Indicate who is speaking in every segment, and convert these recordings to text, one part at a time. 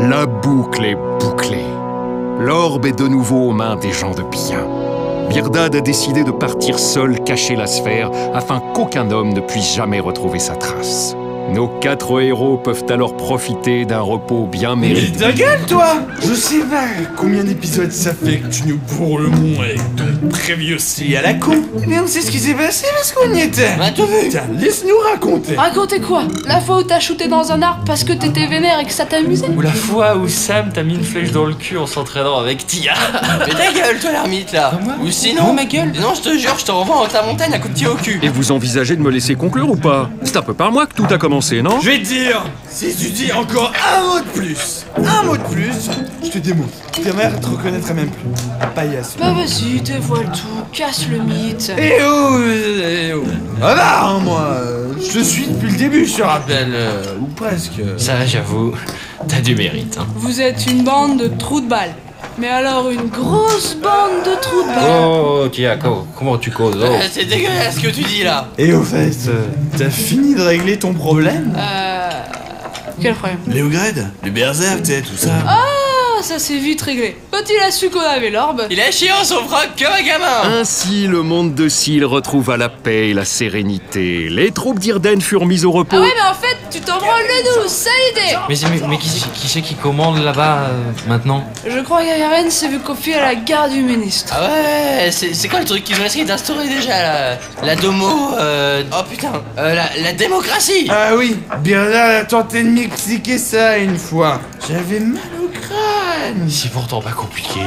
Speaker 1: La boucle est bouclée. L'orbe est de nouveau aux mains des gens de bien. Birdad a décidé de partir seul cacher la sphère afin qu'aucun homme ne puisse jamais retrouver sa trace. Nos quatre héros peuvent alors profiter d'un repos bien
Speaker 2: Mais
Speaker 1: mérité.
Speaker 2: ta gueule, toi Je sais pas combien d'épisodes ça fait que tu nous bourres le mont avec ton très vieux si à la con. Bah, Mais Eh on sait ce qui s'est passé parce qu'on y était.
Speaker 3: On a tout vu.
Speaker 2: Tiens, laisse-nous raconter.
Speaker 4: Racontez quoi La fois où t'as shooté dans un arbre parce que t'étais vénère et que ça t'amusait
Speaker 5: Ou la fois où Sam t'a mis une flèche dans le cul en s'entraînant avec Tia.
Speaker 3: Mais ta gueule, toi, l'ermite, là Ou sinon... ma gueule Non, je te jure, je te renvoie en ta montagne à coups de pied au cul
Speaker 1: Et vous envisagez de me laisser conclure ou pas C'est un peu par moi que tout a commencé, non
Speaker 2: Je vais te dire, si tu dis encore un mot de plus, un mot de plus, je te démonte. Ta mère te reconnaîtra même plus. Paillasse.
Speaker 4: Bah vas-y, dévoile tout, casse le mythe.
Speaker 2: Eh oh, eh oh. Ah bah, hein, moi, euh, je te suis depuis le début, je te rappelle. euh, Ou presque.
Speaker 5: Ça, j'avoue, t'as du mérite. hein.
Speaker 4: Vous êtes une bande de trous de balles. Mais alors une grosse bande de trous de balles.
Speaker 5: Oh, Tia, co- comment tu causes oh.
Speaker 3: Euh, C'est dégueulasse ce que tu dis, là
Speaker 2: Et au fait, euh, t'as fini de régler ton problème
Speaker 4: Euh... Quel problème
Speaker 2: Léograd Les berserk, tu sais, tout ça.
Speaker 4: Ah, ça s'est vite réglé. Quand il a su qu'on avait l'orbe,
Speaker 3: Il a chiant son froc comme un gamin
Speaker 1: Ainsi, le monde de Syl retrouva la paix et la sérénité. Les troupes d'Irden furent mises au repos.
Speaker 4: Ah ouais, mais en fait, tu t'en branles le nous, sale idée
Speaker 5: Mais, c'est- mais, mais qui, c'est- qui c'est qui commande là-bas euh, maintenant
Speaker 4: Je crois qu'Ayaren s'est vu confier à la garde du ministre.
Speaker 3: Ah ouais, c'est c'est quoi le truc qu'ils ont essayé d'instaurer déjà là La domo, euh... oh putain, euh, la, la démocratie
Speaker 2: Ah oui, Bernard a tenté de m'expliquer ça une fois. J'avais mal au crâne.
Speaker 5: C'est pourtant pas compliqué.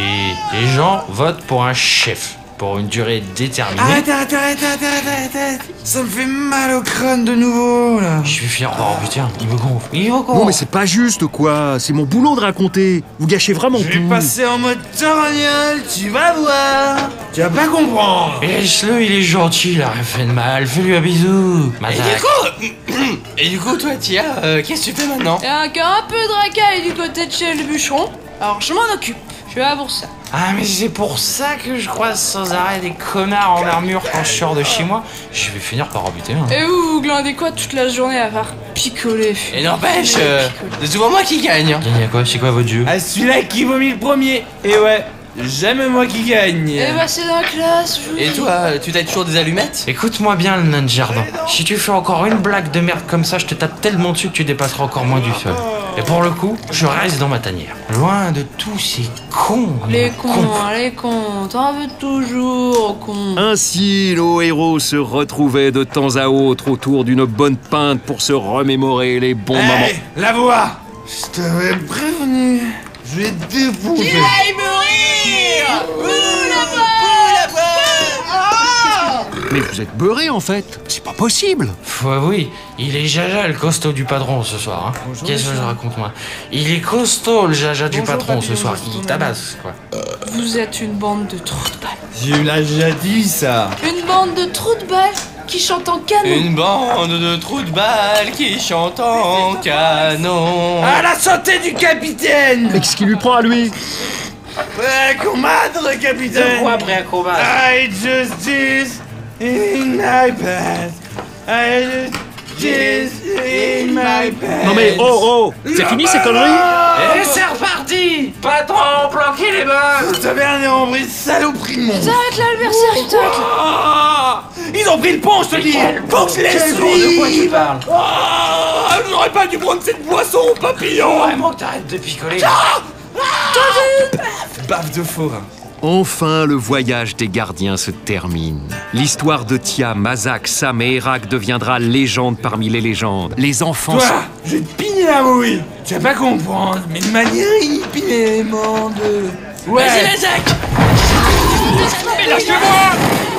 Speaker 5: Les gens votent pour un chef pour une durée déterminée.
Speaker 2: Arrête, arrête, arrête, arrête, arrête, arrête. Ça me fait mal au crâne de nouveau, là.
Speaker 5: Je suis fier. Oh putain, il me gonfle. Il me
Speaker 1: Non,
Speaker 5: gonfle.
Speaker 1: mais c'est pas juste, quoi. C'est mon boulot de raconter. Vous gâchez vraiment
Speaker 2: Je vais
Speaker 1: tout.
Speaker 2: passer en mode torgnole, tu vas voir. Tu vas pas comprendre.
Speaker 5: Et Eh, Laisse-le, il est gentil, il a rien fait de mal. Fais-lui un bisou.
Speaker 3: Et
Speaker 5: Mazak.
Speaker 3: du coup, et du coup, toi, Tia, euh, qu'est-ce que tu fais maintenant
Speaker 4: Il y a encore un peu de racaille du côté de chez le bûcheron, alors je m'en occupe. Je vais pour ça.
Speaker 5: Ah, mais c'est pour ça que je croise sans arrêt des connards en armure quand je sors de chez moi. Je vais finir par en buter un.
Speaker 4: Et vous, vous glandez quoi toute la journée à part picoler
Speaker 3: Et n'empêche, euh, c'est souvent moi qui gagne hein.
Speaker 5: Gagne à quoi C'est quoi votre jeu
Speaker 2: Ah, celui-là qui vomit le premier. Et ouais, jamais moi qui gagne.
Speaker 4: Eh bah c'est dans la classe, je vous
Speaker 3: euh, Et
Speaker 4: dis.
Speaker 3: toi, euh, tu t'as toujours des allumettes
Speaker 5: Écoute-moi bien, le nain de jardin. Si tu fais encore une blague de merde comme ça, je te tape tellement dessus que tu dépasseras encore moins du sol. Et pour le coup, je reste dans ma tanière. Loin de tous ces cons.
Speaker 4: Les cons, hein, les cons, t'en veux toujours, con.
Speaker 1: Ainsi, nos héros se retrouvaient de temps à autre autour d'une bonne pinte pour se remémorer les bons moments.
Speaker 2: Hey, la voix Je t'avais prévenu. Je vais te défoncer.
Speaker 1: Mais vous êtes beurrés, en fait. C'est pas possible.
Speaker 5: Faut avouer, il est Jaja le costaud du patron ce soir. hein. Qu'est-ce que je raconte moi Il est costaud le Jaja du
Speaker 2: Bonjour,
Speaker 5: patron
Speaker 2: papillon,
Speaker 5: ce soir.
Speaker 2: je
Speaker 5: Il
Speaker 2: retourne
Speaker 5: tabasse quoi.
Speaker 4: Vous êtes une bande de trous de balles.
Speaker 2: Je l'ai déjà dit, ça.
Speaker 4: Une bande de trous de balles qui chante en canon.
Speaker 3: Une bande de trous de balles qui chantent en canon
Speaker 2: À la santé du capitaine
Speaker 1: Mais qu'est-ce qu'il lui prend à lui
Speaker 2: Ouais, combattre, capitaine
Speaker 5: après un combat
Speaker 2: I justice in my pants. I justice in my pants.
Speaker 1: Non mais, oh, oh C'est fini, ces conneries
Speaker 5: Et c'est reparti Patron, planquez les bains
Speaker 2: Ta mère est en bris, saloperie de monde.
Speaker 4: T'arrêtes là, le berserk, je t'arrête.
Speaker 2: Ah Ils ont pris le pont, je te dis Faut que je les
Speaker 5: De quoi tu
Speaker 2: suive
Speaker 5: parles
Speaker 2: Ah J'aurais pas dû prendre cette boisson au papillon
Speaker 5: Vraiment que t'arrêtes de picoler
Speaker 2: Baffe de hein. forain.
Speaker 1: Enfin, le voyage des gardiens se termine. L'histoire de Tia, Mazak, Sam et Herak deviendra légende parmi les légendes. Les enfants...
Speaker 2: Toi, je vais te piner la mouille Tu vas pas comprendre, mais de manière inépinément de... Ouais
Speaker 3: Vas-y, les Zach
Speaker 2: Lâche-moi